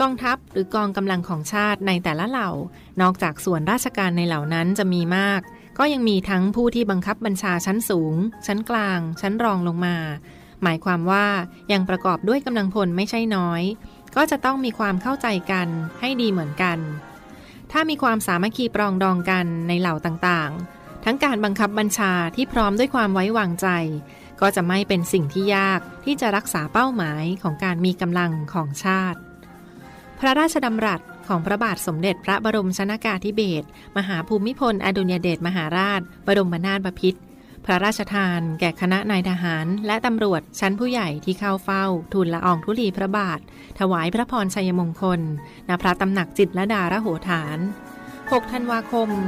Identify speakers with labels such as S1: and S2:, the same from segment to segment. S1: กองทัพหรือกองกำลังของชาติในแต่ละเหล่า นอกจากส่วนราชการในเหล่านั้นจะมีมาก ก็ยังมีทั้งผู้ที่บังคับบัญชาชั้นสูง ชั้นกลาง ชั้นรองลงมา หมายความว่ายังประกอบด้วยกำลังพลไม่ใช่น้อย ก็จะต้องมีความเข้าใจกันให้ดีเหมือนกัน ถ้ามีความสามัคคีปรองดองกันในเหล่าต่างๆ ทั้งการบังคับบัญชาที่พร้อมด้วยความไว้วางใจ ก็จะไม่เป็นสิ่งที่ยากที่จะรักษาเป้าหมายของการมีกำลังของชาติ พระราชดำรัสของพระบาทสมเด็จพระบรมชนากาธิเบศรมหาภูมิพล อดุลยเดชมหาราช บรมนาถบพิตรพระราชทาน แก่คณะนายทหาร และตำรวจชั้นผู้ใหญ่ที่เข้าเฝ้า ทูลละอองธุลีพระบาท ถวายพระพรชัยมงคล ณพระตำหนักจิตรลดาระโหฐาน 6 ธันวาคม 2520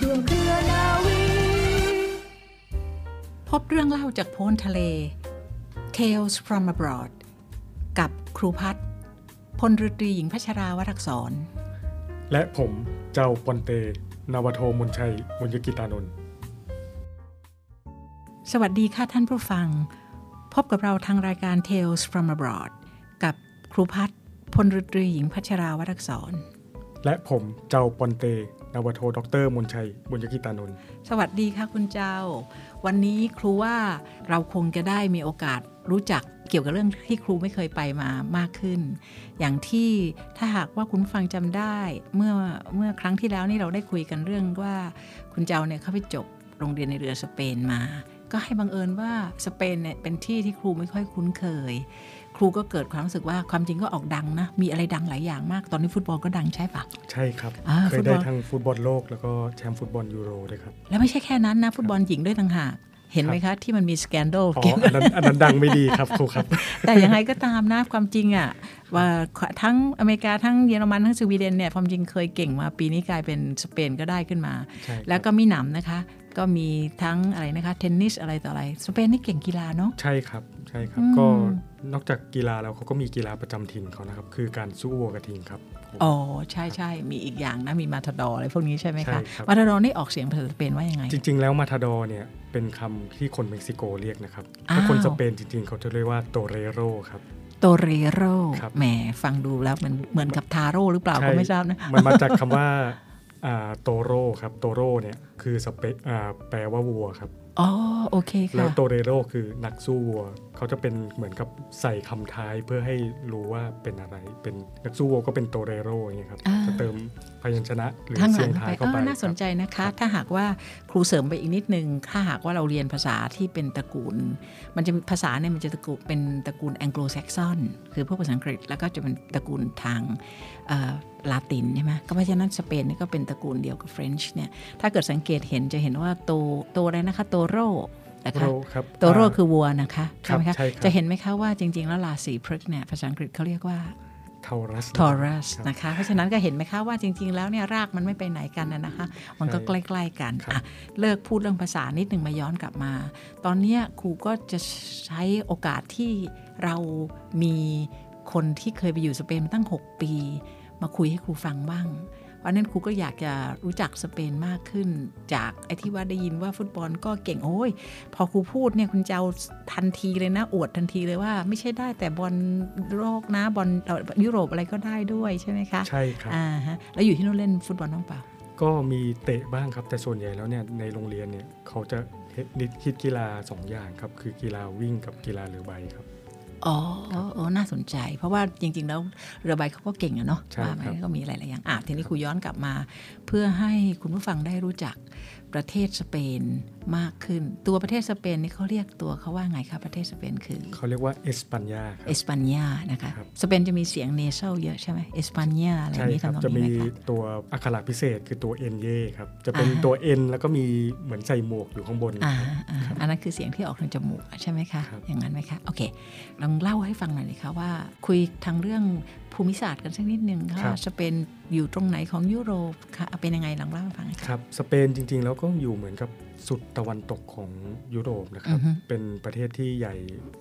S2: ดวงเครือนาวี
S3: พบเรื่องเล่าจากโพ้นทะเล Tales from abroad กับครูพัฒน์พลรุตรีหญิงพัชราวรักษร
S4: และผมเจ้าปอนเต นาวาโทมนชัยมุญยกิตานนท์
S3: สวัสดีค่ะท่านผู้ฟัง พบกับเราทางรายการ Tales from abroad กับครูพัฒน์พลรุตรีหญิงพัชราวรักษร
S4: และผมเจ้าปอนเต นาวาโทด็อกเตอร์มนชัยมุญยกิตานนท์
S3: สวัสดีค่ะคุณเจ้า วันนี้ครูว่าเราคงจะได้มีโอกาสรู้จักเกี่ยวกับเรื่องที่ครูไม่เคยไปมามากขึ้น อย่างที่ถ้าหากว่าคุณผู้ฟังจำได้เมื่อเมื่อครั้งที่แล้วนี่เราได้คุยกันเรื่องว่า คุณเจ้าเนี่ยเขาไปจบโรงเรียนในเรือสเปนมา ก็ให้บังเอิญว่าสเปนเนี่ยเป็นที่ที่ครูไม่ค่อยคุ้นเคย ครูก็เกิดความรู้สึกว่าความจริงก็ออกดังนะมีอะไรดังหลายอย่างมากตอนนี้ฟุตบอลก็ดังใช่ปะ
S4: ใช่ครับ
S3: อ่า
S4: เค
S3: ฟุต
S4: ย
S3: บอล
S4: ได้ทั้งฟุตบอลโลกแล้วก็แชมป์ฟุตบอลยูโรด้วยครับ
S3: แล้วไม่ใช่แค่นั้นนะฟุตบอลหญิงด้วยต่างหากเห็นไหมคะที่มันมีสแกนโดล
S4: อ๋อ
S3: เกี่ยวกับ
S4: อันนั้นอันนั้นดังไม่ดีครับครูครับ
S3: แต่ยังไงก็ตามนะความจริงอะว่าทั้งอเมริกาทั้งเยอรมันทั้งสวีเดนเนี่ยความจริงเคยเก่งมาปีนี้กลายเป็นสเปนก็ได้ขึ้นมา
S4: ใช่ครับ
S3: แล้วก็มีหนำนะคะ ก็มีทั้งอะไรนะคะเทนนิสอะไรต่ออะไรสเปนนี่เก่งกีฬาเนาะ
S4: ใช่ครับใช่ครับ
S3: อืม
S4: ก็นอกจากกีฬาแล้วเขาก็มีกีฬาประจำถิ่นเขานะครับ คือการสู้วัวกระทิงครับ
S3: อ๋อใช่ใช่มีอีกอย่างนะมีมาทาดอร์อะไรพวกนี้ใช่ไหม
S4: ใช่
S3: คะ
S4: ครับ
S3: มาทาดอร์นี่ออกเสียงภาษาสเปนว่ายังไง
S4: จริง ๆ แล้วมาทาดอร์เนี่ยเป็นคำที่คนเม็กซิโกเรียกนะครับ
S3: อ้าว
S4: ถ้าคนสเปนจริง ๆ เขาจะเรียกว่าโตเรโรครับ
S3: โตเรโร
S4: ครับ
S3: แหมฟังดูแล้วมันเหมือนกับทาโร่หรือเปล่าก็ไม่ทราบนะ
S4: มันมาจากคำว่าอ่าโตโร่ครับโตโร่เนี่ยคือสเปอ่าแปลว่าวัวครับ
S3: อ๋อโอเค
S4: แล้ว
S3: ค่ะ
S4: โตเรโร่คือนักสู้วัว เขาจะเป็นเหมือนกับใส่คำท้ายเพื่อให้รู้ว่าเป็นอะไร เป็นนักสู้วัวก็เป็นโตเรโร่อย่างเงี้ยครับ
S3: อ่า
S4: จะเติมพยัญชนะหรือ
S3: ข้างห
S4: เสี
S3: ลั
S4: ยง
S3: ง
S4: ท้า
S3: ไป
S4: ยเข้า
S3: เอ
S4: ไป
S3: อน่าสนใจ
S4: ครับ
S3: นะคะ ถ้าหากว่าครูเสริมไปอีกนิดนึง ถ้าหากว่าเราเรียนภาษาที่เป็นตระกูล มันจะมีภาษาเนี่ยมันจะตระกูลเป็นตระกูลแองโกลแซกซอนคือพวกภาษาอังกฤษ แล้วก็จะเป็นตระกูลทางเอ่อลาตินใช่ไหมก็เพราะฉะนั้นสเปนเนี่ยก็เป็นตระกูลเดียวกับเฟรนช์เนี่ย ถ้าเกิดสังเกตเห็นจะเห็นว่าโตโตอะไรนะคะ โตโรนะคะ
S4: Toro ครับ
S3: โตโร
S4: า
S3: คือวัวนะคะใช่ไหม
S4: ครั
S3: คะ
S4: บใช่ครับ
S3: จะเห็นไหมคะว่าจริง ๆ แล้วราศีพฤกษ์เนี่ยภาษาอังกฤษเขาเรียกว่า
S4: ทอรัส
S3: ทอรัสนะคะ เพราะฉะนั้นก็เห็นไหมคะว่าจริง ๆ แล้วเนี่ยรากมันไม่ไปไหนกันนะนะคะ มันก็
S4: ใช่
S3: ใกล้ ๆ กัน
S4: ครับ
S3: อ่ะเลิกพูดเรื่องภาษานิดหนึ่งมาย้อนกลับมา ตอนเนี้ยครูก็จะใช้โอกาสที่เรามีคนที่เคยไปอยู่สเปนมาตั้ง 6 ปี มาคุยให้ครูฟังบ้าง เพราะฉะนั้นครูก็อยากจะรู้จักสเปนมากขึ้น จากไอ้ที่ว่าได้ยินว่าฟุตบอลก็เก่งโอ้ย พอครูพูดเนี่ยคุณเจ้าทันทีเลยนะ อวดทันทีเลยว่า ไม่ใช่ได้แต่บอลโลกนะบอลเอ่อยุโรปอะไรก็ได้ด้วยใช่ไหมคะ
S4: ใช่ครับ
S3: อ่าฮะแล้วอยู่ที่นู่นเล่นฟุตบอลน้องเปล่า
S4: ก็มีเตะบ้างครับ แต่ส่วนใหญ่แล้วเนี่ยในโรงเรียนเนี่ยเขาจะคิดกีฬาสองอย่างครับ คือกีฬาวิ่งกับกีฬาเรือใบครับ
S3: อ๋อเออน่าสนใจ เพราะว่าจริง ๆ แล้วเรือใบเขาก็เก่งอะเนาะ
S4: ใช่
S3: ว่าไหม
S4: ครับ
S3: ก็มีหลาย ๆ อย่างอ่ะทีนี้ครูย้อนกลับมา เพื่อให้คุณผู้ฟังได้รู้จักประเทศสเปนมากขึ้น ตัวประเทศสเปนนี่เขาเรียกตัวเขาว่าไงคะประเทศสเปนคือ
S4: เขาเรียกว่าเอสปัญญาครั
S3: เอบ สป a นยานะคะ
S4: ครับ
S3: สเปนจะมีเสียงเนเซลเยอะใช่ไหมเอสป a นยาอะไรอ
S4: ใช่
S3: ย่างนี้
S4: ครั
S3: ทำนอง
S4: จะ
S3: นี้
S4: มี
S3: ไหมคะ
S4: ตัวอักขระพิเศษคือตัวเอ็นเยครับ จะเป็น
S3: อ่าฮะ
S4: ตัวเอ็นแล้วก็มีเหมือนใส่หมวกอยู่ข้างบน
S3: อ่าอ่าอันนั้นคือเสียงที่ออกทางจมูกอะใช่ไหมคะ
S4: ครับ
S3: อย่างนั้นไหมคะ โอเค เรา องเล่าให้ฟังหน่อยเลยค่ะว่า คุยทางเรื่องภูมิศาสตร์กันสักนิดนึง
S4: ครั
S3: ค่ะ
S4: บ
S3: สเปนอยู่ตรงไหนของยุโรปค่ะเอาเป็นยังไงลองเล่าให้ฟังหน่อย
S4: ค
S3: ค่ะ
S4: รับสเปนจริงๆ แล้วก็อยู่เหมือนกับสุดตะวันตกของยุโรปนะครับ
S3: อือฮึ
S4: เป็นประเทศที่ใหญ่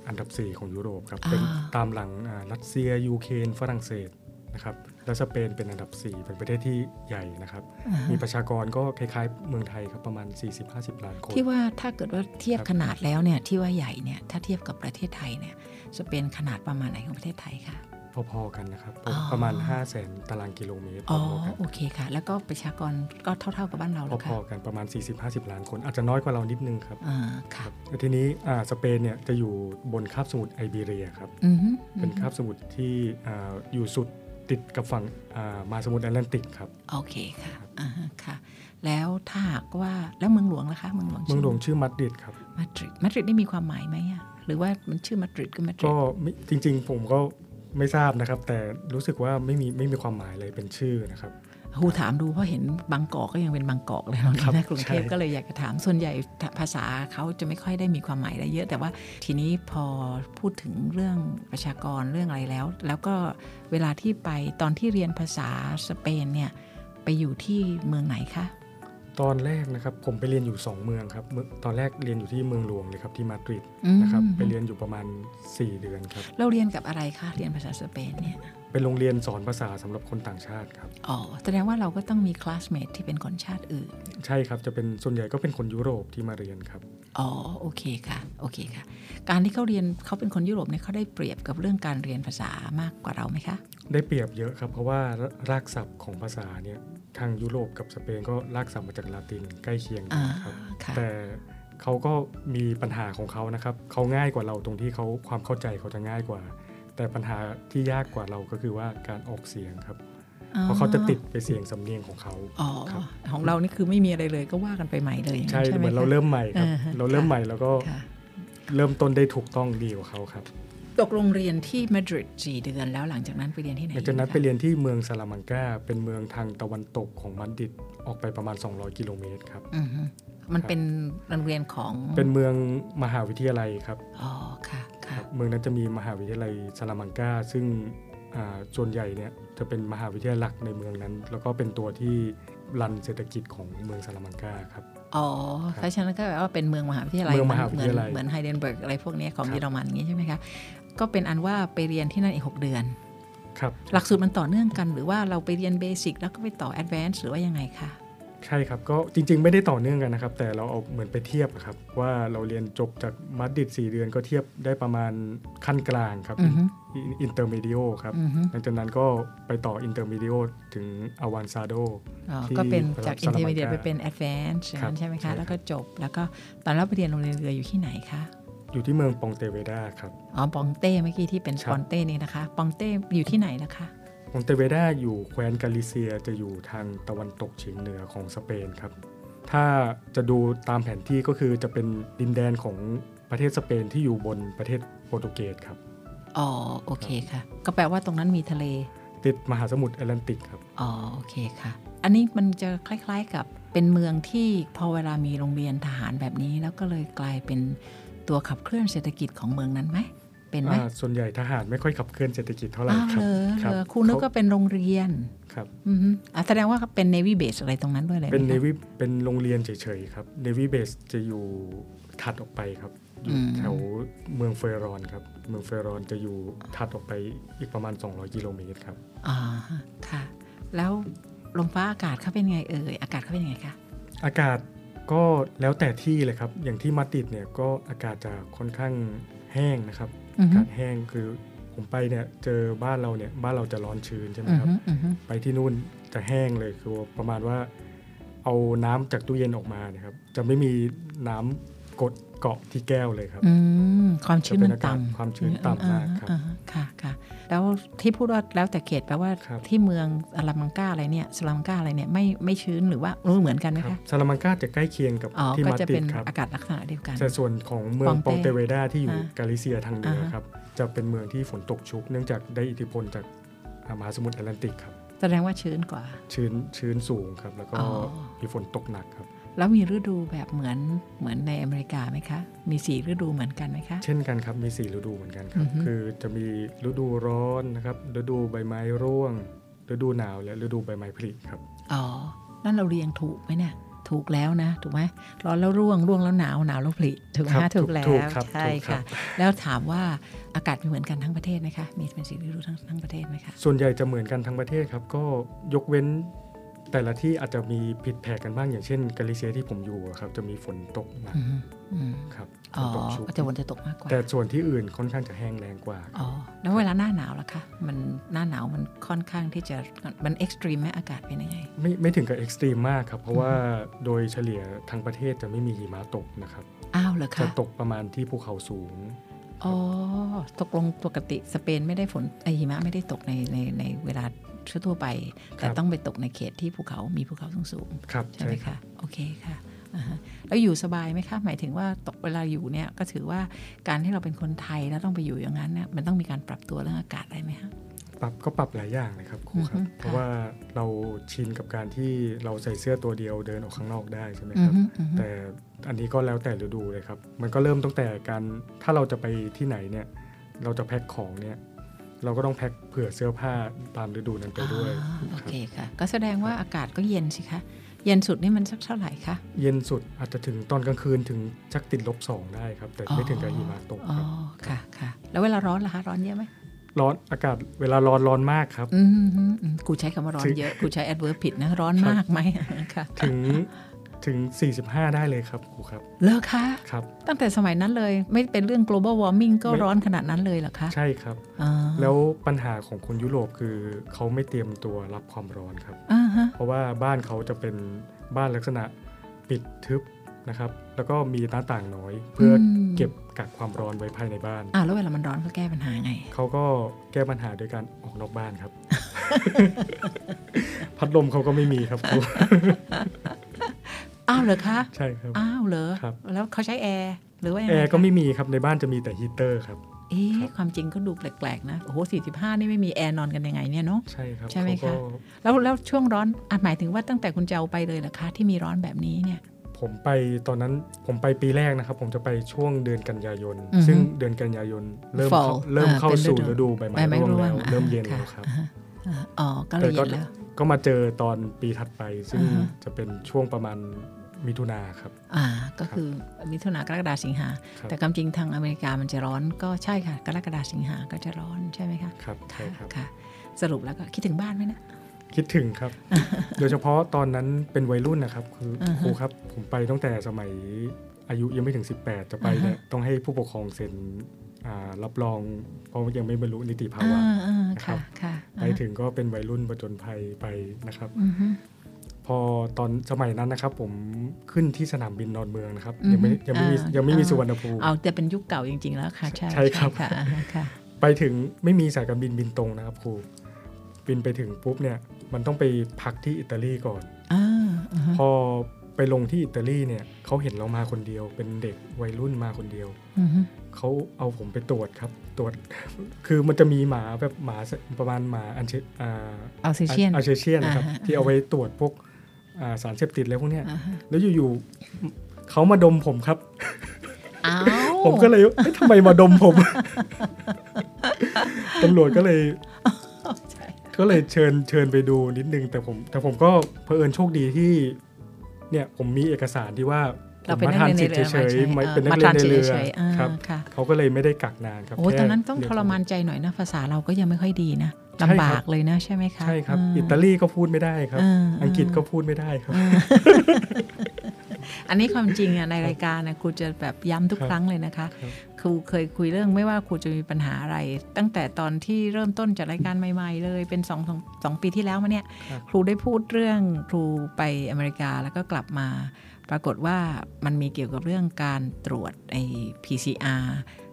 S4: อันดับ 4 ของยุโรปครับ
S3: อ่า
S4: เป็นตามหลังอ่ารัสเซียยูเครนฝรั่งเศสนะครับ แล้วสเปนเป็นอันดับ 4 เป็นประเทศที่ใหญ่นะครับ
S3: อ่าฮะ
S4: มีประชากรก็คล้ายๆ เมืองไทยครับประมาณ 40-50 ล้านคน
S3: ที่ว่าถ้าเกิดว่าเทียบ
S4: ครับ
S3: ขนาดแล้วเนี่ยที่ว่าใหญ่เนี่ยถ้าเทียบกับประเทศไทยเนี่ยสเปนขนาดประมาณไหนของประเทศไทยคะ
S4: พอๆกันนะครับ
S3: อ๋อ
S4: ประมาณ 5 0 0แสนตารางกิโลเมตร
S3: อ๋อ
S4: พอๆกัน
S3: โอเคค่ะ แล้วก็ประชากรก็เท่า ๆกับบ้านเราแล้ว
S4: พ
S3: ค่ะ
S4: อๆกันประมาณ 40-50 ล้านคน อาจจะน้อยกว่าเรานิดนึงครับ
S3: อ่าค่ะ
S4: แต่ทีนี้อ่าสเปนเนี่ยจะอยู่บนคาบสมุทรไอเบเรียครับ
S3: อือฮึ
S4: เป็นคาบสมุทรที่อ่าอยู่สุดติดกับฝั่งอ่ามาสมุทรแอตแลนติกครับ
S3: โอเคค่ะอ่าฮะค่ะ แล้วถ้าหากว่าแล้วเมืองหลวงล่ะคะเมืองหลวง
S4: เมืองหลวงชื่อมาดริดครับ
S3: มาดริดมาดริดได้มีความหมายไหมอะหรือว่ามันชื่อมาดริดก็มาดริ
S4: ก็
S3: ด
S4: ไม่จริงๆ ผมก็ไม่ทราบนะครับ แต่รู้สึกว่าไม่มีไม่มีความหมายเลยเป็นชื่อนะครับ
S3: ฮูถามดูเพราะเห็นบางกอกก็ยังเป็นบางกอกเลยตอน
S4: ครั
S3: นี้
S4: บ
S3: นะกรุงเทพ
S4: ใช่
S3: ก็เลยอยากจะถามส่วนใหญ่ภาษาเขาจะไม่ค่อยได้มีความหมายอะไรเยอะ แต่ว่าทีนี้พอพูดถึงเรื่องประชากรเรื่องอะไรแล้ว แล้วก็เวลาที่ไปตอนที่เรียนภาษาสเปนเนี่ยไปอยู่ที่เมืองไหนคะ
S4: ตอนแรกนะครับผมไปเรียนอยู่ 2 เมืองครับเมืองตอนแรกเรียนอยู่ที่เมืองหลวงเลยครับที่มาดริด
S3: อืม
S4: นะครับไปเรียนอยู่ประมาณ 4 เดือนครับ
S3: เราเรียนกับอะไรคะ เรียนภาษาสเปนเนี่ย
S4: เป็นโรงเรียนสอนภาษาสำหรับคนต่างชาติครับ
S3: อ๋อ แสดงว่าเราก็ต้องมีคลาสเมทที่เป็นคนชาติอื่น
S4: ใช่ครับจะเป็นส่วนใหญ่ก็เป็นคนยุโรปที่มาเรียนครับ
S3: อ๋อ โอเคค่ะ โอเคค่ะ การที่เขาเรียนเขาเป็นคนยุโรปเนี่ยเขาได้เปรียบกับเรื่องการเรียนภาษามากกว่าเราไหมคะ
S4: ได้เปรียบเยอะครับ เพราะว่ารากศัพท์ของภาษาเนี่ยทางยุโรปกับสเปนก็รากศัพท์มาจากลาตินใกล้เคียงกั
S3: อ่า
S4: นครับ
S3: ค่ะ
S4: แต่เขาก็มีปัญหาของเขานะครับเขาง่ายกว่าเราตรงที่เขาความเข้าใจเขาจะง่ายกว่า แต่ปัญหาที่ยากกว่าเราก็คือว่าการออกเสียงครับ เพราะเขาจะติดไปเสียงสำเนียงของเขา
S3: อ๋อ
S4: ครับ
S3: ของเรานี่คือไม่มีอะไรเลยก็ว่ากันไปใหม่เลยอย่าง
S4: ใช่
S3: นั้น
S4: เหมือน
S3: ไคะ
S4: เราเริ่มใหม่ครับ
S3: อ่าฮะ
S4: เราเริ่มใหม่แล้วก็
S3: ค่ะ
S4: เริ่มต้นได้ถูกต้องดีกว่าเขาครับ
S3: ตกลงเรียนที่มาดริดสี่เดือนแล้วหลังจากนั้นไปเรียนที่ไหน
S4: หลังจากนั้น
S3: อี
S4: ไปเรียนที่เมืองซาลามังกาเป็นเมืองทางตะวันตกของมาดริดออกไปประมาณ 200 กิโลเมตรครับ
S3: อือฮึมันเป็นโรงเรียนของ
S4: เป็นเมืองมหาวิทยาลัยครับ
S3: อ๋อ ค่ะ ค่ะ
S4: เมืองนั้นจะมีมหาวิทยาลัยซาลามังกาซึ่งอ่าส่วนใหญ่เนี่ยจะเป็นมหาวิทยาลัยหลักในเมืองนั้น แล้วก็เป็นตัวที่รันเศรษฐกิจของเมืองซาลามังกาครับ
S3: อ๋อ
S4: ครับ
S3: เพราะฉะนั้นก็แปลว่าเป็นเมืองมหาวิทยาลัย
S4: เมืองมหาวิทยาลัย
S3: เหมือนไฮเดนเบิร์กอะไรพวกเนี้ยของ
S4: ครับ
S3: เยอรมันอย่างงี้ใช่ไหมคะ ก็เป็นอันว่าไปเรียนที่นั่นอีก 6 เดือน
S4: ครับ
S3: หลักสูตรมันต่อเนื่องกัน หรือว่าเราไปเรียนเบสิกแล้วก็ไปต่อแอดวานซ์หรือว่ายังไงคะ
S4: ใช่ครับ ก็จริงๆ ไม่ได้ต่อเนื่องกันนะครับ แต่เราเอาเหมือนไปเทียบอะครับ ว่าเราเรียนจบจากมาดริด4เดือนก็เทียบได้ประมาณขั้นกลางครับ
S3: อือฮึ
S4: อินเตอร์เมดิโอครับ
S3: อือฮึ
S4: หลังจากนั้นก็ไปต่ออินเตอร์เมดิโอถึงอวานซาโด
S3: อ๋อ
S4: ที่
S3: ก็เป็นจาก
S4: พระ
S3: อิน
S4: ราช
S3: เทอร์ d เ a t ย
S4: Salamanca
S3: ไปเป็นแอดวานซ์อย่างนั้นใช่ไหม
S4: ครั
S3: คะ
S4: บ
S3: แล้วก็จบ แล้วก็ตอนเราไปเรียนโรงเรียนเรืออยู่ที่ไหนคะ
S4: อยู่ที่เมืองปองเตเวดาครับ
S3: อ๋อ ปองเต้เมื่อกี้ที่เป็นสปอนเต้นี่นะคะ ปองเต้อยู่ที่ไหนนะคะ
S4: มอนเตเวดาอยู่แคว้นกาลิเซียจะอยู่ทางตะวันตกเฉียงเหนือของสเปนครับ ถ้าจะดูตามแผนที่ก็คือจะเป็นดินแดนของประเทศสเปนที่อยู่บนประเทศโปรตุเกสครับ
S3: อ๋อ โอเคค่ะ ก็แปลว่าตรงนั้นมีทะเล
S4: ติดมหาสมุทรแอตแลนติกครับ
S3: อ๋อโอเคค่ะ อันนี้มันจะคล้ายๆกับเป็นเมืองที่พอเวลามีโรงเรียนทหารแบบนี้ แล้วก็เลยกลายเป็นตัวขับเคลื่อนเศรษฐกิจของเมืองนั้นไหมเป็นไหม
S4: อ่าส่วนใหญ่ทหารไม่ค่อยขับเคลื่อนเศรษฐกิจเท่าไหร่
S3: อ้าว
S4: ครับ
S3: เลอ
S4: ครั
S3: เหรอครูนึกก็เป็นโรงเรียน
S4: ครับ
S3: อือฮึอ่ะแสดงว่าเป็น navy base อะไรตรงนั้นด้วยเลยไหม
S4: เป็นเน
S3: คะ
S4: วิเป็นโรงเรียนเฉยๆครับเนวิเบสจะอยู่ถัดออกไปครับ อยู่
S3: อืม
S4: แถวเมืองเฟรรอนครับ เมืองเฟรรอนจะอยู่ถัดออกไปอีกประมาณ 200 กิโลเมตรครับ
S3: อ่าฮะค่ะ แล้วลมฟ้าอากาศเขาเป็นไงเอ่ยอากาศเขาเป็นยังไงคะ
S4: อากาศก็แล้วแต่ที่เลยครับ อย่างที่มาดริดเนี่ยก็อากาศจะค่อนข้างแห้งนะครับ
S3: อือ
S4: อา
S3: ฮึ
S4: กาศแห้งคือผมไปเนี่ยเจอบ้านเราเนี่ยบ้านเราจะร้อนชื้นใช่ไหม
S3: อือ
S4: ครับ
S3: ฮึอือฮึ
S4: ไปที่นู่นจะแห้งเลยคือประมาณว่าเอาน้ำจากตู้เย็นออกมาเนะครับ จะไม่มีน้ำกดเกาะที่แก้วเลยครับ
S3: อืมความชื้นมัน
S4: จะเป็นอากาศ
S3: ต่ำ
S4: ความชื้นต่ำมากครับ
S3: อ่ฮะค่ะค่ะ แล้วที่พูดว่าแล้วแต่เขตแปลว่า
S4: ครับ
S3: ที่เมืองอารามังกาอะไรเนี่ยสลามังกาอะไรเนี่ยไม่ไม่ชื้นหรือว่ารู้เหมือนกันไหม
S4: ครับ
S3: คะ
S4: ซาลามังกาจะใกล้เคียงกับ
S3: อ๋อ
S4: ที่
S3: ก็
S4: มา
S3: จะ
S4: ดริ
S3: เป็
S4: ด
S3: น
S4: ครับ
S3: อากาศลักษณะเดียวกัน
S4: แต่ส่วนของเมือง
S3: ป
S4: ป
S3: อ
S4: อง ง
S3: เต้
S4: เตเวดาที่อยู่
S3: อ่าก
S4: กาลิเซียทางเหนืออา
S3: ฮะ
S4: ครับ จะเป็นเมืองที่ฝนตกชุก เนื่องจากได้อิทธิพลจากอ่ามหาสมุทรแอตแลนติกครับ
S3: แสดงว่าชื้นกว่า
S4: ชื้นชื้นสูงครับ แล้วก็
S3: อ๋อ
S4: มีฝนตกหนักครับ
S3: แล้วมีฤดูแบบเหมือนเหมือนในอเมริกาไหมคะ มีสีฤดูเหมือนกันไหมคะ
S4: เช่นกันครับ มีสี่ฤดูเหมือนกันครั
S3: อื
S4: บ
S3: อฮึ
S4: คือจะมีฤดูร้อนนะครับ ฤดูใบไม้ร่วง ฤดูหนาวและฤดูใบไม้ผลิครับ
S3: อ๋อ นั่นเราเรียงถูกไหมเนี่ย ถูกแล้วนะ ถูกไหมร้อนแล้วร่วง ร่วงแล้วหนาว หนาวแล้วผลิ ถูกไหม
S4: ครั
S3: คะ
S4: บ
S3: ถูกแล้ว
S4: ถูกครับ
S3: ใช่
S4: ถูกครับ
S3: ค่ะ แล้วถามว่าอากาศมีเหมือนกันทั้งประเทศไหมคะ มีเป็นสีฤดูทั้งทั้งประเทศไหมคะ
S4: ส่วนใหญ่จะเหมือนกันทั้งประเทศครับ ก็ยกเว้นแต่ละที่อาจจะมีผิดแผกกันบ้าง อย่างเช่นกาลิเซียที่ผมอยู่อะครับ จะมีฝนตกหนัก
S3: อืมอืม
S4: ครับ
S3: อ๋อ
S4: ฝนตกชุก
S3: ก็จะวนจะตกมากกว่า
S4: แต่ส่วนที่อื่นค่อนข้างจะแห้งแรงกว่า
S3: อ๋อ แล้วเวลาหน้าหนาวล่ะคะ มันหน้าหนาวมันค่อนข้างที่จะ มันเอ็กซ์ตรีมไหมอากาศเป็นยังไง
S4: ไม่ไม่ถึงกับเอ็กซ์ตรีมมากครับ เพราะว่าโดยเฉลี่ยทางประเทศจะไม่มีหิมะตกนะครับ
S3: อ้าวเหรอ
S4: จะ
S3: คะ
S4: ตกประมาณที่ภูเขาสูง
S3: อ๋อ ตกลงปกติสเปนไม่ได้ฝนไอหิมะไม่ได้ตกในในในเวลาทั่วๆไป แต่
S4: ครับ
S3: ต้องไปตกในเขตที่ภูเขามีภูเขาสูงสูง
S4: ครับ
S3: ๆใช่ไหมคะ โอเคค่ะอ่าฮะแล้วอยู่สบายไหมคะ หมายถึงว่าตกเวลาอยู่เนี่ยก็ถือว่าการที่เราเป็นคนไทยแล้วต้องไปอยู่อย่างนั้นเนี่ยมันต้องมีการปรับตัวเรื่องอากาศอะไรไหมคะ
S4: ปรับก็ปรับหลายอย่างนะครับครูครับ
S3: อือฮึ
S4: เพราะ
S3: ค่ะ
S4: ว่าเราชินกับการที่เราใส่เสื้อตัวเดียวเดินออกข้างนอกได้ใช่ไหม
S3: อือ
S4: ครับ
S3: ฮึอือฮึ
S4: แต่อันนี้ก็แล้วแต่ฤดูเลยครับ มันก็เริ่มตั้งแต่การถ้าเราจะไปที่ไหนเนี่ย เราจะแพ็คของเนี่ย เราก็ต้องแพ็คเผื่อเสื้อผ้าตามฤดูนั้นไปด้วย
S3: อ๋อโอ
S4: ครับ
S3: เคค่ะ ก็แสดงว่าอากาศก็เย็นสิคะ เย็นสุดนี่มันสักเท่าไหร่คะ
S4: เย็นสุดอาจจะถึงตอนกลางคืนถึงชักติดลบสองได้ครับ แต่ไม่ถึงกับหิมะตก
S3: อ๋อ
S4: ครับ
S3: ค่ะค่ะ แล้วเวลาร้อนล่ะคะ ร้อนเยอะไหม
S4: ร้อนอากาศเวลาร้อนร้อนมากครับ
S3: อืมอืมอืมกูใช้คำว่าร้อน
S4: ถึง
S3: เยอะ กูใช้ adverb ผิดนะ ร้อนมาก ไหม ค่ะ
S4: ถึงถึง 45 ได้เลยครับครูครับ
S3: เลิกคะ
S4: ครับ
S3: ตั้งแต่สมัยนั้นเลย ไม่เป็นเรื่อง global warming ก็
S4: ไม่
S3: ร้อนขนาดนั้นเลยเหรอคะ
S4: ใช่ครับ
S3: อ่า
S4: แล้วปัญหาของคนยุโรปคือเขาไม่เตรียมตัวรับความร้อนครับ
S3: อ่าฮะ
S4: เพราะว่าบ้านเขาจะเป็นบ้านลักษณะปิดทึบนะครับ แล้วก็มีหน้าต่างน้อย เพื่ออ
S3: ม
S4: เก็บกักความร้อนไว้ภายในบ้าน
S3: อ่าแล้วเวลามันร้อนก็แก้ปัญหาไง
S4: เขาก็แก้ปัญหาโดยการออกนอกบ้านครับ พัดลมเขาก็ไม่มีครับ ครู
S3: อ้าวเหรอคะ
S4: ใช่ครับ
S3: อ้าวเหรอ
S4: ครับ
S3: แล้วเขาใช้แอร์หรือว่ายัง
S4: แอ
S3: ไง
S4: ร์ก็
S3: คะ
S4: ไม่มีครับในบ้านจะมีแต่ฮีเตอร์ครับ
S3: เอ๊ะ
S4: ครับ
S3: ความจริงก็ดูแปลกๆ นะ โอ้โห45 นี่ไม่มีแอร์นอนกันยังไงเนี่ยเนาะ
S4: ใช่ครับ
S3: ใช่ไหม
S4: เขาก็
S3: คะ แล้วแล้วช่วงร้อนอ่ะหมายถึงว่าตั้งแต่คุณเจ้าไปเลยเหรอคะ ที่มีร้อนแบบนี้เนี่ย
S4: ผมไปตอนนั้นผมไปปีแรกนะครับ ผมจะไปช่วงเดือนกันยายน
S3: อือฮึ
S4: ซึ่งเดือนกันยายนเริ่ม
S3: Fall
S4: เข้าเริ่ม
S3: อ่า
S4: เข้า
S3: เป็น
S4: สู่
S3: ฤ
S4: ฤ
S3: ดู
S4: ดูใบไม้
S3: ใบไม้
S4: ร่วงแล้ว
S3: ร่วงอ่า
S4: เริ่มเย็น
S3: ค่ะ
S4: แล้วครับ
S3: อ่าอ๋อ ก็เล
S4: แต่
S3: ย
S4: ก็
S3: เย็นแล้ว
S4: ก็มาเจอตอนปีถัดไป ซึ่ง
S3: อ่าฮะ
S4: จะเป็นช่วงประมาณมิถุนาครับ
S3: อ่าก็
S4: ครับ
S3: คือมิถุนากรกฎาสิงหา
S4: ครับ
S3: แต่ความจริงทางอเมริกามันจะร้อนก็ใช่ค่ะ กรกฎาสิงหาก็จะร้อนใช่ไหมคะ
S4: ครับใช่ครับ
S3: ค่ะ สรุปแล้วก็คิดถึงบ้านไหมนะ
S4: คิดถึง ครับ โดยเฉพาะตอนนั้นเป็นวัยรุ่นนะครับ คืออ
S3: อฮะ
S4: ครูครับ ผมไปตั้งแต่สมัยอายุยังไม่ถึง 18 จะไปเนี่ยต้องให้ผู้ปกครองเซ็นอ่ารับรอง เพราะว่ายังไม่บรรลุนิติภาวะ
S3: าอ่า
S4: ครั
S3: ค่ะ
S4: บ
S3: ค่ะ
S4: ไปถึงก็เป็นวัยรุ่นประจนภัยไปนะครับ
S3: อือฮึ
S4: พอตอนสมัยนั้นนะครับ ผมขึ้นที่สนามบินนอนเมืองนะครับ
S3: อือฮึ
S4: ยังไม่ยังไม่มี
S3: อ่ายั
S4: ยังไม่มี
S3: อ่า
S4: สุวรรณภูมิ
S3: เอาแต่เป็นยุคเก่าจริง ๆ แล้วค่ะใช่
S4: ใช่ครับ
S3: ค่ะอ่าฮะค่ะ
S4: ไปถึงไม่มีสายการบินบินตรงนะครับครูบินไปถึงปุ๊บเนี่ยมันต้องไปพักที่อิตาลีก่อน
S3: อ่าอ่าฮะ
S4: พอไปลงที่อิตาลีเนี่ยเขาเห็นเรามาคนเดียว เป็นเด็กวัยรุ่นมาคนเดียว
S3: อือฮึ
S4: เขาเอาผมไปตรวจครับ ตรวจ คือมันจะมีหมาแบบหมาประมาณหมาอันเชอ่า
S3: เอาซิเชียน
S4: อัลเชเชียนนะครับ
S3: อ่าฮะ
S4: ที่เอาไว้ตรวจพวกอ่าสารเสพติดอะไรพวกเนี้ย
S3: อ่าฮะ
S4: แล้วอยู่ๆเขามาดมผมครับ
S3: อ้าว
S4: ผมก็เลยเอ๊ะทำไมมาดม ผม ตำรวจก็เลย
S3: ใช่
S4: ก็เลยเชิญเชิญไปดูนิดนึง แต่ผม แต่ผมก็เผอิญโชคดีที่ เนี่ยผมมีเอกสารที่ว่า
S3: เรา
S4: ผม
S3: เป็น
S4: มา
S3: นัก
S4: ทาน
S3: เรียนใน
S4: สิท
S3: เรือ
S4: ธิ์เฉย
S3: ใช่
S4: ๆไม่เป็นนัก
S3: มา
S4: เรีย
S3: ทาน
S4: นใน
S3: สิท
S4: เรื
S3: ธิ์
S4: อ
S3: เฉยๆอ่า
S4: ครับ
S3: ค่ะ
S4: เขาก็เลยไม่ได้กักนานครับ
S3: โอ้ย
S4: แค่
S3: ตอนนั้นต้อง
S4: เดื
S3: ทรมานใจหน่อยนะภาษาเราก็ยังไม่ค่อยดีนะลำบากเลยนะใช่ไหมคะ
S4: ใช่ครับ
S3: ม
S4: อิตาลีก็พูดไม่ได้ครับ
S3: า
S4: อังกฤษก็พูดไม่ได้ครับ
S3: อ่าอันนี้ความจริงอ่ะในรายการนะครูจะแบบย้ำทุก
S4: ครับ
S3: ครั้งเลยนะคะ
S4: ครับ
S3: ครูเคยคุยเรื่องไม่ว่าครูจะมีปัญหาอะไร ตั้งแต่ตอนที่เริ่มต้นจัดรายการใหม่ๆเลยเป็นสองสองสองปีที่แล้วมาเนี่ย
S4: ครับ
S3: ครูได้พูดเรื่องครูไปอเมริกาแล้วก็กลับมา ปรากฏว่ามันมีเกี่ยวกับเรื่องการตรวจไอ้ PCR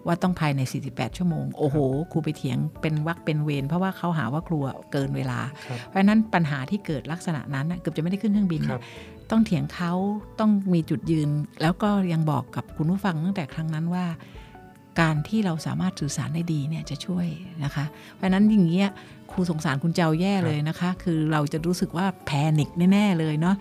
S3: ว่าต้องภายใน 48 ชั่วโมง โอ้โห ครูไปเถียงเป็นวักเป็นเวรเพราะว่าเขาหาว่าครูอะเกินเวลา
S4: ครับ
S3: เพราะฉะนั้นปัญหาที่เกิดลักษณะนั้นน่ะเกือบจะไม่ได้ขึ้นเครื่องบิน
S4: ครับ
S3: ต้องเถียงเขาต้องมีจุดยืน แล้วก็ยังบอกกับคุณผู้ฟังตั้งแต่ครั้งนั้นว่า การที่เราสามารถสื่อสารได้ดีเนี่ยจะช่วยนะคะ เพราะฉะนั้นอย่างเงี้ย ครูสงสารคุณเจ้าแย่เลยนะคะ คือเราจะรู้สึกว่าแพนิคแน่ๆเลยเนาะ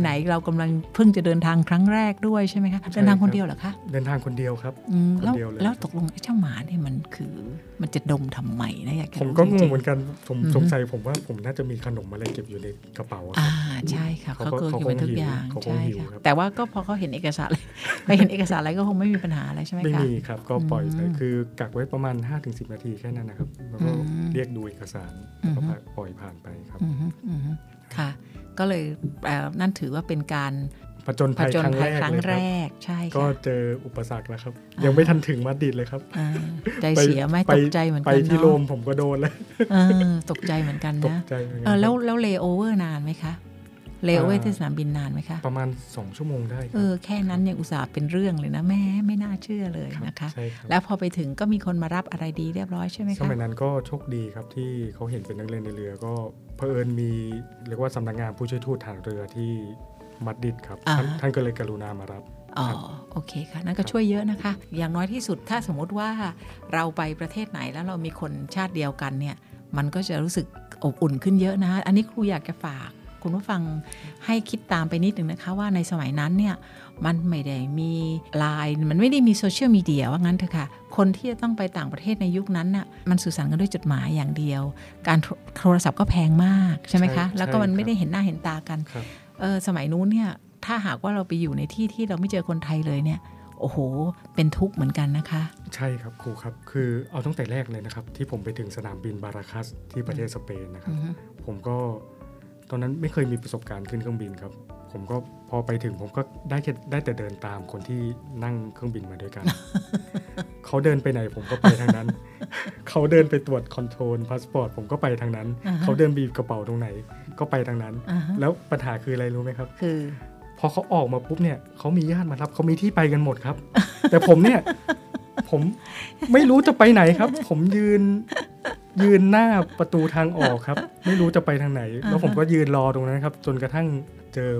S3: ไหนๆเรากำลังเพิ่งจะเดินทางครั้งแรกด้วยใช่ไหมคะเดินทางคนเดียวเหรอคะ
S4: เดินทางคนเดียวครับ
S3: อืมแล้ว
S4: คนเดียวเลย
S3: แล้วตกลงไอ้เจ้าหมาเนี่ยมันคือมันจะดมทำไมนะอยากจะ
S4: ผม
S3: รู้
S4: ก็ง
S3: จ
S4: ง
S3: ริๆ
S4: เหมือนกันผม
S3: อือฮึ
S4: สงสัยผมว่าผมน่าจะมีขนมอะไรเก็บอยู่ในกระเป๋าอะค
S3: อ่า
S4: รับ
S3: ใช่ค่ะเขา
S4: เขาก็
S3: เกิดอยู่ไปทุกอย่าง
S4: เขาคง
S3: ใช่
S4: หิว
S3: ค่ะ
S4: ครับ
S3: แต่ว่าก็พอเขาเห็นเอกสารอะไร ไปเห็นเอกสารอะไรก็คงไม่มีปัญหาอะไรใช่ไหม
S4: ไม่
S3: คะ
S4: มีครับก็ปล่อยไป
S3: อืม
S4: คือกักไว้ประมาณ 5-10 นาทีแค่นั้นนะครับ แล้วก็
S3: อืม
S4: เรียกดูเอกสาร
S3: อือฮึ
S4: แล้วก็ปล่อยผ่านไปครับ
S3: อืมฮึอืมฮึค่ะ ก็เลยเอ่อนั่นถือว่าเป็นการ
S4: ผจญ
S3: ผ
S4: ภัย
S3: จญ
S4: ครั้ง
S3: ภั
S4: แร
S3: ย
S4: ก
S3: ครั้ง
S4: เลยค
S3: แร
S4: รับ
S3: กใช่
S4: ก็
S3: ค่ะ
S4: เจออุปสรรคแล้วครับ ยังไม่ทันถึงมาดริดเลยครับ
S3: อ่าใจเสียไหม
S4: ป
S3: ตกใจเหมือน
S4: ไป
S3: กัน
S4: ที่
S3: เนาะ
S4: โรมผมก็โดนแล้ว
S3: เออตกใจเหมือนกัน
S4: ตก
S3: นะ
S4: ใจเหมือนกัน
S3: เออแล้ว
S4: ครับ
S3: แล้วเลโอเวอร์นานไหมคะเลโอเวอร์
S4: อ่า
S3: ที่สนามบินนานไหมคะ
S4: ประมาณ 2 ชั่วโมงได้ค
S3: เอ
S4: รับ
S3: อแค่นั้นยังอุตส่าห์เป็นเรื่องเลยนะแม่ไม่น่าเชื่อเลย
S4: รับ
S3: นะคะ
S4: ใช่ครับ
S3: แล้วพอไปถึงก็มีคนมารับอะไรดีเรียบร้อยใช่ไหม
S4: ส
S3: คะ
S4: มัยนั้นก็โชคดีครับที่เขาเห็นเป็นนักเรียนในเรือก็เผอิญมีเรียกว่าสำนักงานผู้ช่วยทูตฐานเรือที่มัดดิดครับ
S3: อ่า
S4: ท่านท่านก็เลยกรุณามารับ
S3: อ๋อ
S4: ครับ
S3: โอเคค่ะนั่นก็
S4: ครับ
S3: ช่วยเยอะนะคะ อย่างน้อยที่สุดถ้าสมมติว่าเราไปประเทศไหนแล้วเรามีคนชาติเดียวกันเนี่ย มันก็จะรู้สึกอบอุ่นขึ้นเยอะนะ อันนี้ครูอยากจะฝาก คุณผู้ฟังให้คิดตามไปนิดนึงนะคะ ว่าในสมัยนั้นเนี่ย มันไม่ได้มีไลน์มันไม่ได้มีโซเชียลมีเดียว่างั้นเถอะค่ะ คนที่จะต้องไปต่างประเทศในยุคนั้นน่ะมันสื่อสารกันด้วยจดหมายอย่างเดียว การโทรโทรศัพท์ก็แพงมากใช่ไหม
S4: ใช่
S3: คะ
S4: ใช่
S3: แล้วก็มัน
S4: ค
S3: ไม่
S4: รับ
S3: ได้เห็นหน้าเห็นตากัน
S4: ครับ
S3: เออสมัยนู้นเนี่ยถ้าหากว่าเราไปอยู่ในที่ที่เราไม่เจอคนไทยเลยเนี่ย โอ้โห เป็นทุกข์เหมือนกันนะคะ
S4: ใช่ครับครูครับ คือเอาตั้งแต่แรกเลยนะครับ ที่ผมไปถึงสนามบินบาราคัสที่ประเทศสเปนนะครับ ผมก็ตอนนั้นไม่เคยมีประสบการณ์ขึ้นเครื่องบินครับ ผมก็พอไปถึงผมก็ได้แค่ได้แต่เดินตามคนที่นั่งเครื่องบินมา ด้วยกัน เขาเดินไปไหนผมก็ไปทางนั้น เขาเดินไปตรวจคอนโทรลพาสปอร์ตผมก็ไปทางนั้น
S3: อ่าฮะ
S4: เขาเดินบีบกระเป๋าตรงไหน ก็ไปทางนั้น
S3: อ่าฮะ
S4: แล้วปัญหาคืออะไรรู้ไหมครับ
S3: คือ
S4: พอเขาออกมาปุ๊บเนี่ยเขามีญาติมารับเขามีที่ไปกันหมดครับ แต่ผมเนี่ย ผมไม่รู้จะไปไหนครับ ผมยืนยืนหน้าประตูทางออกครับ ไม่รู้จะไปทางไหน แล้วผมก็ยืนรอตรงนั้นครับ จนกระทั่งเจอ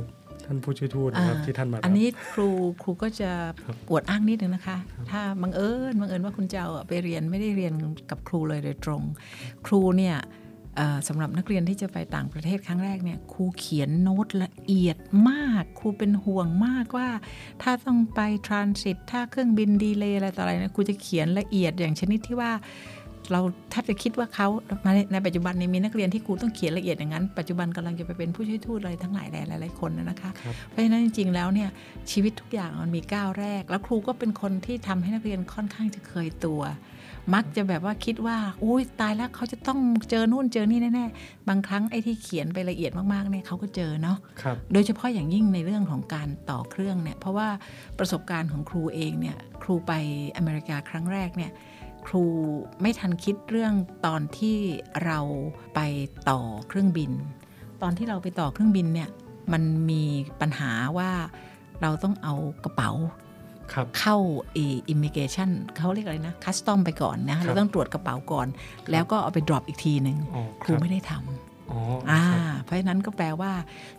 S4: ท่านผู้ช่วยทูตนะครับ
S3: อ่า
S4: ที่ท่านมารับ
S3: อันนี้ครูครูก็จะ
S4: ครับ
S3: อวดอ้างนิดนึงนะคะ ถ้าบังเอิญบังเอิญว่าคุณเจ้าอะไปเรียนไม่ได้เรียนกับครูเลยโดยตรง ครูเนี่ยเอ่อสำหรับนักเรียนที่จะไปต่างประเทศครั้งแรกเนี่ยครูเขียนโน้ตละเอียดมาก ครูเป็นห่วงมากว่า ถ้าต้องไปทรานสิตถ้าเครื่องบินดีเลย์อะไรต่ออะไรนะครูจะเขียนละเอียดอย่างชนิดที่ว่า เราแทบจะคิดว่าเขามาในในปัจจุบันนี้มีนักเรียนที่ครูต้องเขียนละเอียดอย่างนั้น ปัจจุบันกำลังจะไปเป็นผู้ช่วยทูตอะไรทั้งหลายแหล่หลายๆคนนะนะคะ
S4: ครับ
S3: เพราะฉะนั้นจริงๆแล้วเนี่ยชีวิตทุกอย่างมันมีก้าวแรก แล้วครูก็เป็นคนที่ทำให้นักเรียนค่อนข้างจะเคยตัว มักจะแบบว่าคิดว่าอุ้ยตายแล้วเขาจะต้องเจอนู่นเจอนี่แน่ๆบางครั้งไอ้ที่เขียนไปละเอียดมากๆเนี่ยเขาก็เจอเนาะ
S4: ครับ
S3: โดยเฉพาะอย่างยิ่งในเรื่องของการต่อเครื่องเนี่ยเพราะว่าประสบการณ์ของครูเองเนี่ยครูไปอเมริกาครั้งแรกเนี่ยครูไม่ทันคิดเรื่องตอนที่เราไปต่อเครื่องบิน ตอนที่เราไปต่อเครื่องบินเนี่ยมันมีปัญหาว่าเราต้องเอากระเป๋า
S4: ครับ
S3: เข้าเอิมิเกชันเขาเรียกอะไรนะคัสตอมไปก่อนนะเราต้องตรวจกระเป๋าก่อน แล้วก็เอาไปดรอปอีกทีหนึ่ง
S4: อ๋อ
S3: ครู
S4: รับ
S3: ไม่ได้ทำ
S4: อ๋ออ
S3: อ่า
S4: ครับ
S3: เพราะฉะนั้นก็แปลว่า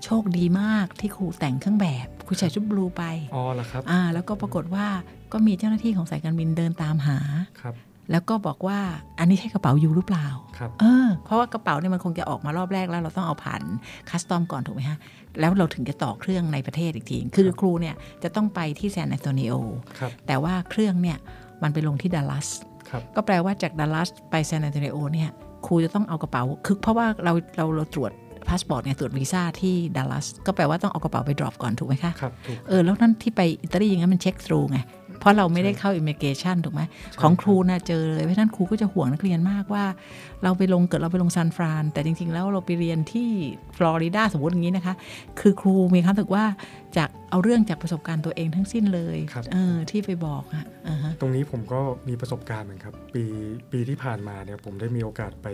S3: โชคดีมากที่ครูแต่งเครื่องแบบครูใส่ชุดบลูไป
S4: อ๋อละครับ
S3: อ่า แล้วก็ปรากฏว่าก็มีเจ้าหน้าที่ของสายการบินเดินตามหา
S4: ครับ
S3: แล้วก็บอกว่าอันนี้ใช่กระเป๋าอยู่หรือเปล่า
S4: ครับ
S3: เออ เพราะว่ากระเป๋าเนี่ยมันคงจะออกมารอบแรกแล้วเราต้องเอาผ่านคัสตอมก่อนถูกไหมฮะ แล้วเราถึงจะต่อเครื่องในประเทศอีกที คือครูเนี่ยจะต้องไปที่ซานอันโตนิโอ
S4: ครับ
S3: แต่ว่าเครื่องเนี่ยมันไปลงที่ดัลลัส
S4: ครับ
S3: ก็แปลว่าจากดัลลัสไปซานอันโตนิโอเนี่ยครูจะต้องเอากระเป๋าคือเพราะว่าเราเราเราตรวจพาสปอร์ตเนี่ยตรวจวีซ่าที่ดัลลัสก็แปลว่าต้องเอากระเป๋าไปดรอปก่อนถูกไหมคะ
S4: ครับ ถูก
S3: เออ แล้วนั่นที่ไปอิตาลีอย่างนั้นมันเช็คทรูไง เพราะเราไม่ได้เข้าอิมเมเกชันถูกไหมของครูนะเจอเลยเพราะฉะนั้นครูก็จะห่วงนักเรียนมากว่า เราไปลงเกิดเราไปลงซานฟรานแต่จริง ๆ แล้วเราไปเรียนที่ฟลอริดาสมมติอย่างนี้นะคะ คือครูมีความรู้สึกว่าจากเอาเรื่องจากประสบการณ์ตัวเองทั้งสิ้นเลย
S4: ครับ
S3: เออที่ไปบอกอะอ่าฮะ
S4: ตรงนี้ผมก็มีประสบการณ์เหมือนครับ ปีปีที่ผ่านมาเนี่ยผมได้มีโอกาสไป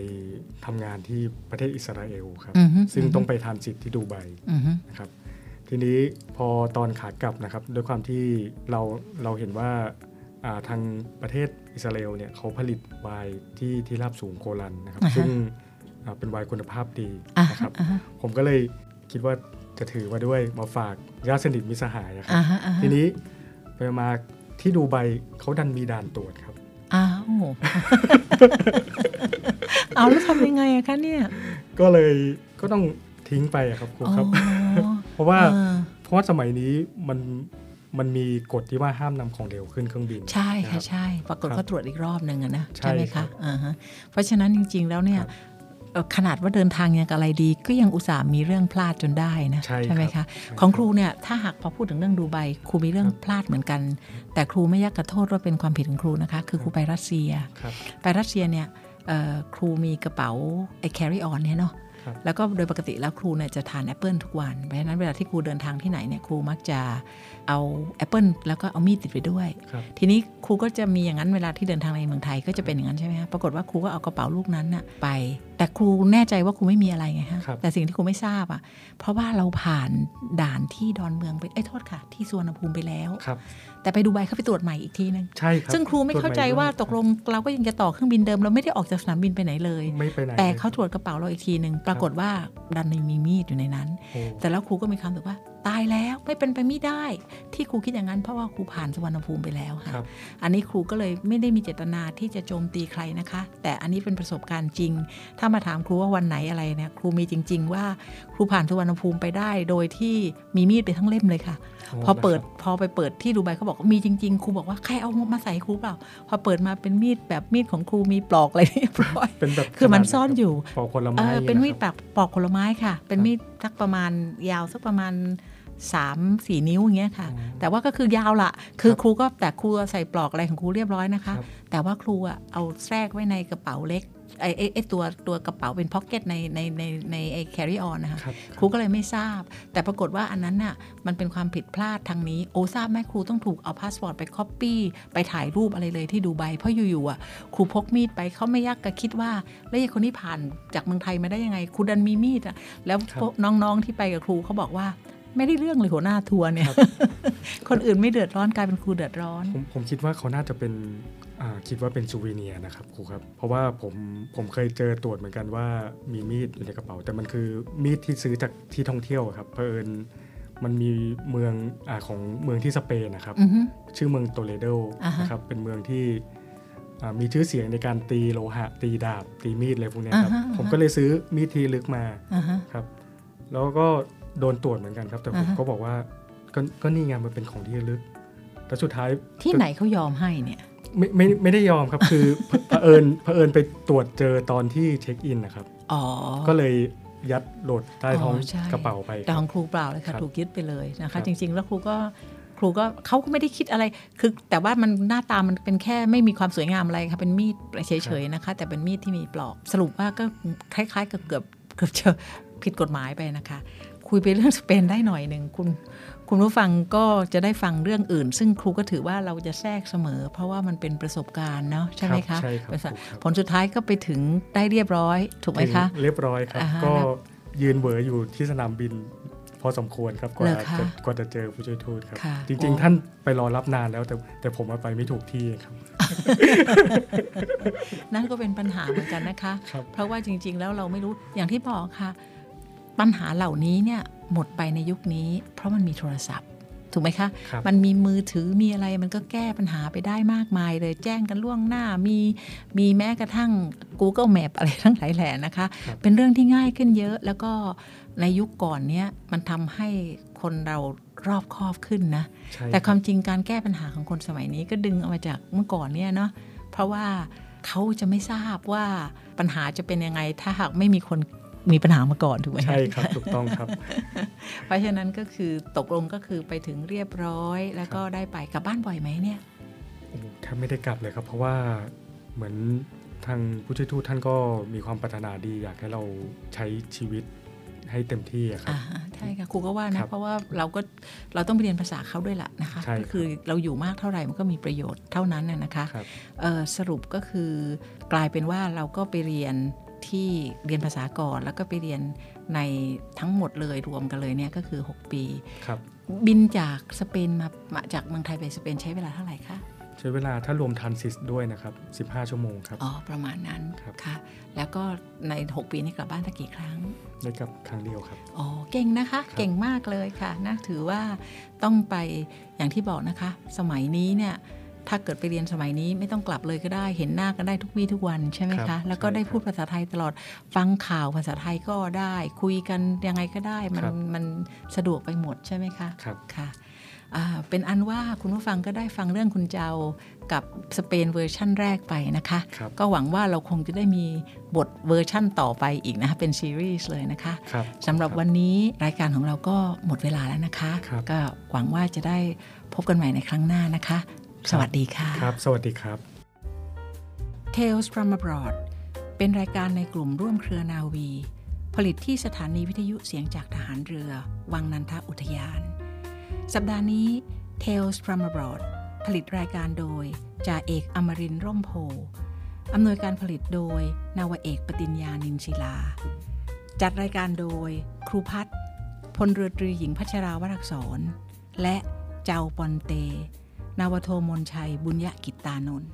S4: ทำงานที่ประเทศอิสราเอลครับ
S3: อือฮึ
S4: ซึ่งต้องไปทานจิตที่ดูไบ
S3: อือฮึ
S4: นะครับทีนี้พอตอนขากลับนะครับด้วยความที่เราเราเห็นว่าอ่าทางประเทศอิสราเอลเนี่ยเขาผลิตไวน์ที่ที่ราบสูงโกลันนะครับ
S3: อ่าฮะ
S4: ซึ่งอ่าเป็นไวน์คุณภาพดี
S3: อ่า
S4: นะค
S3: ฮะ
S4: รับผมก็เลยคิดว่าจะถือมาด้วยมาฝากญาติสนิทมิตรสหายอะครับ
S3: อ่าฮะอ่าฮะ
S4: ทีนี้ไปมาที่ดูไบเขาดันมีด่านตรวจครับ
S3: อ้าว เอาแล้วทำยังไงอะคะเนี่ย
S4: ก็เลยก็ต้องทิ้งไปอะครับครูครับ
S3: อ๋อ
S4: เพราะว่า
S3: เออ
S4: เพราะว่าสมัยนี้มันมันมีกฎที่ว่าห้ามนำของเหลวขึ้นเครื่องบิน
S3: ใช่
S4: นรั
S3: ค่ะ
S4: บ
S3: ใช่ ปรากฏ
S4: ครับ
S3: เขาตรวจอีกรอบหนึ่งอะนะ
S4: ใช่
S3: ใช่ไหม
S4: ครั
S3: คะ
S4: บ
S3: อ่าฮะเพราะฉะนั้นจริง ๆ แล้วเนี่ย
S4: ครับ
S3: เอ่อขนาดว่าเดินทางยังอะไรดี ก็ยังอุตส่าห์มีเรื่องพลาดจนได้นะ
S4: ใช่ครับ
S3: ไหมคะ
S4: บ
S3: ของครูเนี่ยถ้าหากพอพูดถึงเรื่องดูไบครูมีเรื่อง
S4: ครับ
S3: พลาดเหมือนกัน แต่ครูไม่ยักกระโทษว่าเป็นความผิดของครูนะคะ คือครู
S4: ครับ
S3: ไปรัสเซีย
S4: ครับ
S3: ไปรัสเซียเนี่ยเอ่อครูมีกระเป๋าไอ้ carry on เนี่ยเนาะ
S4: ครับ
S3: แล้วก็โดยปกติแล้วครูเนี่ยจะทานแอปเปิลทุกวันเพราะฉะนั้นเวลาที่ครูเดินทางที่ไหนเนี่ยครูมักจะเอาแอปเปิลแล้วก็เอามีดติดไปด้วย
S4: ครับ
S3: ทีนี้ครูก็จะมีอย่างนั้นเวลาที่เดินทางในเมืองไทยก็จะเป็นอย่างนั้นใช่ไหมคะปรากฏว่าครูก็เอากระเป๋าลูกนั้นน่ะไป แต่ครูแน่ใจว่าครูไม่มีอะไรไงฮะ
S4: ครับ
S3: แต่สิ่งที่ครูไม่ทราบอ่ะเพราะว่าเราผ่านด่านที่ดอนเมืองไปเอ้ยโทษค่ะ ที่สุวรรณภูมิไปแล้ว
S4: ครับ
S3: แต่ไปดูใบเขาไปตรวจใหม่อีกทีนึง
S4: ใช่ครับ
S3: ซึ่งครูไม่เข้าใจว่าตกลงเราก็ยังจะต่อเครื่องบินเดิมเราไม่ได้ออกจากสนามบินไปไหนเลย
S4: ไม่ไปไหน
S3: แต่
S4: ลย
S3: เขาตรวจกระเป๋าเราอีกทีหนึ่งปรากฏว่าดันมีมีดอยู่ในนั้น
S4: โอ้
S3: แต่แล้วครูก็มีความรู้สึกว่าตายแล้วไม่เป็นไปไม่ได้ ที่ครูคิดอย่างนั้นเพราะว่าครูผ่านสุวรรณภูมิไปแล้ว
S4: ค
S3: ค่ะ
S4: รับ
S3: อันนี้ครูก็เลยไม่ได้มีเจตนาที่จะโจมตีใครนะคะ แต่อันนี้เป็นประสบการณ์จริง ถ้ามาถามครูว่าวันไหนอะไรเนี่ยครูมีจริง ๆ ว่าครูผ่านสุวรรณภูมิไปได้ โดยที่มีมีดไปทั้งเล่มเลยค่ะ พอเปิดพอไปเปิดที่ดูไบเขาบอกว่ามีจริงๆครูบอกว่าใครเอามาใส่ครูเปล่า พอเปิดมาเป็นมีดแบบมีดของครูมีปลอกอะไรเรียบ ร้อย
S4: เป็นแบบ
S3: คือมัน
S4: ขาด
S3: ซ่อนอยู่
S4: ปอกผล
S3: เอ
S4: ไม้
S3: อเป็นมีด
S4: ะ
S3: ป
S4: ครับ
S3: ลอกปลอกผลไม้ค่ะ เป็นมีดสักประมาณยาวสักประมาณ 3 4 นิ้วอย่างเงี้ยค่ะ
S4: อืม
S3: แต่ว่าก็คือยาวละคือ
S4: ครับ
S3: ครูก็แต่ครูใส่ปลอกอะไรของครูเรียบร้อยนะคะ
S4: ครับ
S3: แต่ว่าครูอะเอาแทรกไว้ในกระเป๋าเล็กไอ้ไอ้ไอ้ตัวตัวกระเป๋าเป็นพ็อกเก็ตในในในในไอ้ carry on นะคะ
S4: ครับ
S3: ครูก็เลยไม่ทราบ แต่ปรากฏว่าอันนั้นน่ะมันเป็นความผิดพลาดทางนี้ โอทราบไหมครูต้องถูกเอาพาสปอร์ตไปคอปปี้ไปถ่ายรูปอะไรเลยที่ดูไบเพราะอยู่ๆอ่ะครูพกมีดไปเขาไม่ยักกะคิดว่า แล้วไอ้คนที่ผ่านจากเมืองไทยมาได้ยังไงครูดันมีมีดอ่ะแล้วพวกน้องๆที่ไปกับครูเขาบอกว่าไม่ได้เรื่องเลยหัวหน้าทัวร์เนี่ย
S4: ครับ
S3: คนอื่นไม่เดือดร้อนกลายเป็นครูเดือดร้อน
S4: ผมผมคิดว่าเขาน่าจะเป็นอ่าคิดว่าเป็นซูเวเนียร์นะครับครูครับ เพราะว่าผมผมเคยเจอตรวจเหมือนกันว่ามีมีดอยู่ในกระเป๋า แต่มันคือมีดที่ซื้อจากที่ท่องเที่ยวอะครับเพอิญมันมีเมืองอาของเมืองที่สเปนนะครับ
S3: อือฮึ
S4: ชื่อเมืองโตเลโด
S3: อ่าฮะ
S4: นะครับเป็นเมืองที่อ่ามีชื่อเสียงในการตีโลหะ ตีดาบ ตีมีดอะไรพวกเนี้ยครับ
S3: อ่าฮะอ่าฮะ
S4: ผมก็เลยซื้อมีดทีลึกมา
S3: อ่าฮะ
S4: ครับ แล้วก็โดนตรวจเหมือนกันครับ แต่ผม
S3: อ่าฮะ
S4: ก็บอกว่าก็ก็นี่ไงมันเป็นของที่ลึกแต่สุดท้าย
S3: ที่ไหนเขายอมให้เนี่ย
S4: ไม่ไม่ไม่ได้ยอมครับ คือ เผเผอิญเผอิญไปตรวจเจอตอนที่เช็คอินนะครับ
S3: อ๋อ
S4: ก็เลยยัดโหลดใต้ท้อง
S3: อ๋อใช่
S4: กระเป๋าไปค
S3: แต่
S4: รับ
S3: ของครูเปล่าเลย
S4: ครั
S3: ค่ะ
S4: บ
S3: ถูกยึดไปเลยนะ
S4: ครั
S3: คะ
S4: บ
S3: จริง ๆ แล้วครูก็ครูก็เขาก็ไม่ได้คิดอะไรคือแต่ว่ามันหน้าตามันเป็นแค่ไม่มีความสวยงามอะไรค่ะเป็นมีดเฉยๆนะคะ แต่เป็นมีดที่มีปลอกสรุปว่าก็คล้ายๆกับเกือบเกือบจะผิดกฎหมายไปนะคะ คุยไปเรื่องสเปนได้หน่อยหนึ่งคุณคุณผู้ฟังก็จะได้ฟังเรื่องอื่น ซึ่งครูก็ถือว่าเราจะแทรกเสมอ เพราะว่ามันเป็นประสบการณ์เนาะใช่ไหม
S4: ครั
S3: คะ
S4: บใช่ครับ
S3: เป็นสะ
S4: ถูกครับ
S3: ผลสุดท้ายก็ไปถึงได้เรียบร้อยถูกไหมคะ
S4: ถึงเรียบร้อยครับ
S3: อ่าฮะ
S4: ก็
S3: แล้ว
S4: ยืนเหวออยู่ที่สนามบินพอสมควรครับกว่า
S3: เหรอคะ
S4: จะกว่าจะเจอผู้ช่วยทูตครับ
S3: ค่ะ
S4: จริง
S3: โอ้
S4: ๆ ท่านไปรอรับนานแล้วแต่แต่ผมอะไปไม่ถูกที่ครับ
S3: นั่นก็เป็นปัญหาเหมือนกันนะคะ
S4: ครับ
S3: เพราะว่าจริง ๆ แล้วเราไม่รู้อย่างที่บอกค่ะ ปัญหาเหล่านี้เนี่ยหมดไปในยุคนี้ เพราะมันมีโทรศัพท์ ถูกไหมคะ
S4: ครับ
S3: มันมีมือถือมีอะไรมันก็แก้ปัญหาไปได้มากมายเลยแจ้งกันล่วงหน้ามีมีแม้กระทั่ง Google Map อะไรทั้งหลายแหล่นะคะ
S4: ครับ
S3: เป็นเรื่องที่ง่ายขึ้นเยอะ แล้วก็ในยุคก่อนเนี้ยมันทำให้คนเรารอบคอบขึ้นนะ
S4: ใช่
S3: แต่
S4: ค
S3: ค
S4: รั
S3: วา
S4: บ
S3: มจริงการแก้ปัญหาของคนสมัยนี้ก็ดึงเอามาจากเมื่อก่อนเนี่ยเนาะเพราะว่าเขาจะไม่ทราบว่าปัญหาจะเป็นยังไง ถ้าหากไม่มีคนมีปัญหามาก่อนถูกไหม
S4: ใช่ครับถูกต้องครับ
S3: เพราะฉะนั้นก็คือตกลงก็คือไปถึงเรียบร้อย แล้วก็ได้ไปกลับบ้านบ่อยไหมเนี่ย
S4: โอ้โหแทบไม่ได้กลับเลยครับ เพราะว่าเหมือนทางผู้ช่วยทูตท่านก็มีความปรารถนาดี อยากให้เราใช้ชีวิตให้เต็มที่อะครั
S3: อ
S4: บ
S3: ่าใช่ค่ะครูก็ว่า
S4: ครั
S3: นะ
S4: บ
S3: เพราะว่าเราก็เราต้องไปเรียนภาษาเขาด้วยล่ะนะคะ
S4: ใช่ครับ
S3: ก็คือเราอยู่มากเท่าไหร่มันก็มีประโยชน์เท่านั้นนะนะคะ
S4: ครับ
S3: เอ่อสรุปก็คือกลายเป็นว่าเราก็ไปเรียนที่เรียนภาษาก่อนแล้วก็ไปเรียนในทั้งหมดเลยรวมกันเลยเนี่ยก็คือ 6 ปี
S4: ครับ
S3: บินจากสเปนมามาจากเมืองไทยไปสเปนใช้เวลาเท่าไหร่คะ
S4: ใช้เวลาถ้ารวมทันซิสด้วยนะครับ 15 ชั่วโมงครับ
S3: อ๋อประมาณนั้น
S4: ครับ
S3: ค่ะ แล้วก็ใน 6 ปีนี้กลับบ้านตะกี่ครั้ง
S4: ได้กลับครั้งเดียวครับ
S3: อ๋อเก่งนะคะ
S4: ครับ
S3: เก่งมากเลยค่ะนะถือว่าต้องไปอย่างที่บอกนะคะ สมัยนี้เนี่ย ถ้าเกิดไปเรียนสมัยนี้ไม่ต้องกลับเลยก็ได้เห็นหน้ากันได้ทุกวี่ทุกวันใช่ไหม
S4: ครั
S3: คะ
S4: บ
S3: แล้วก็
S4: ใช่
S3: ได้
S4: ครับ
S3: พูดภาษาไทยตลอดฟังข่าวภาษาไทยก็ได้ คุยกันยังไงก็ได้ มั
S4: คน รับ
S3: มันสะดวกไปหมดใช่ไหมคะ
S4: ครับ
S3: ค่ะอ่าเป็นอันว่าคุณผู้ฟังก็ได้ฟังเรื่องคุณเจ้ากับสเปนเวอร์ชั่นแรกไปนะคะ
S4: ครับ
S3: ก็หวังว่าเราคงจะได้มีบทเวอร์ชั่นต่อไปอีกนะคะเป็นซีรีส์เลยนะคะ
S4: ครับ
S3: สำหรับวันนี้รายการของเราก็หมดเวลาแล้วนะคะ
S4: ครับ
S3: ก็หวังว่าจะได้พบกันใหม่ในครั้งหน้านะคะ สวัสดีค่ะ
S4: ครับ สวัสดีครับ
S3: Tales from abroad เป็นรายการในกลุ่มร่วมเครือนาวี ผลิตที่สถานีวิทยุเสียงจากทหารเรือ วังนันทอุทยาน สัปดาห์นี้ Tales from abroad ผลิตรายการโดยจ่าเอกอมรินทร์ร่มโพธิ์อำนวยการผลิตโดย นาวเอกปติญญานินศิลา จัดรายการโดย ครูพัฒน์พลเรือตรีหญิงพัชราวรักษร และเจ้าปอนเต นาวโทมนชัยบุญยกิตตานนท์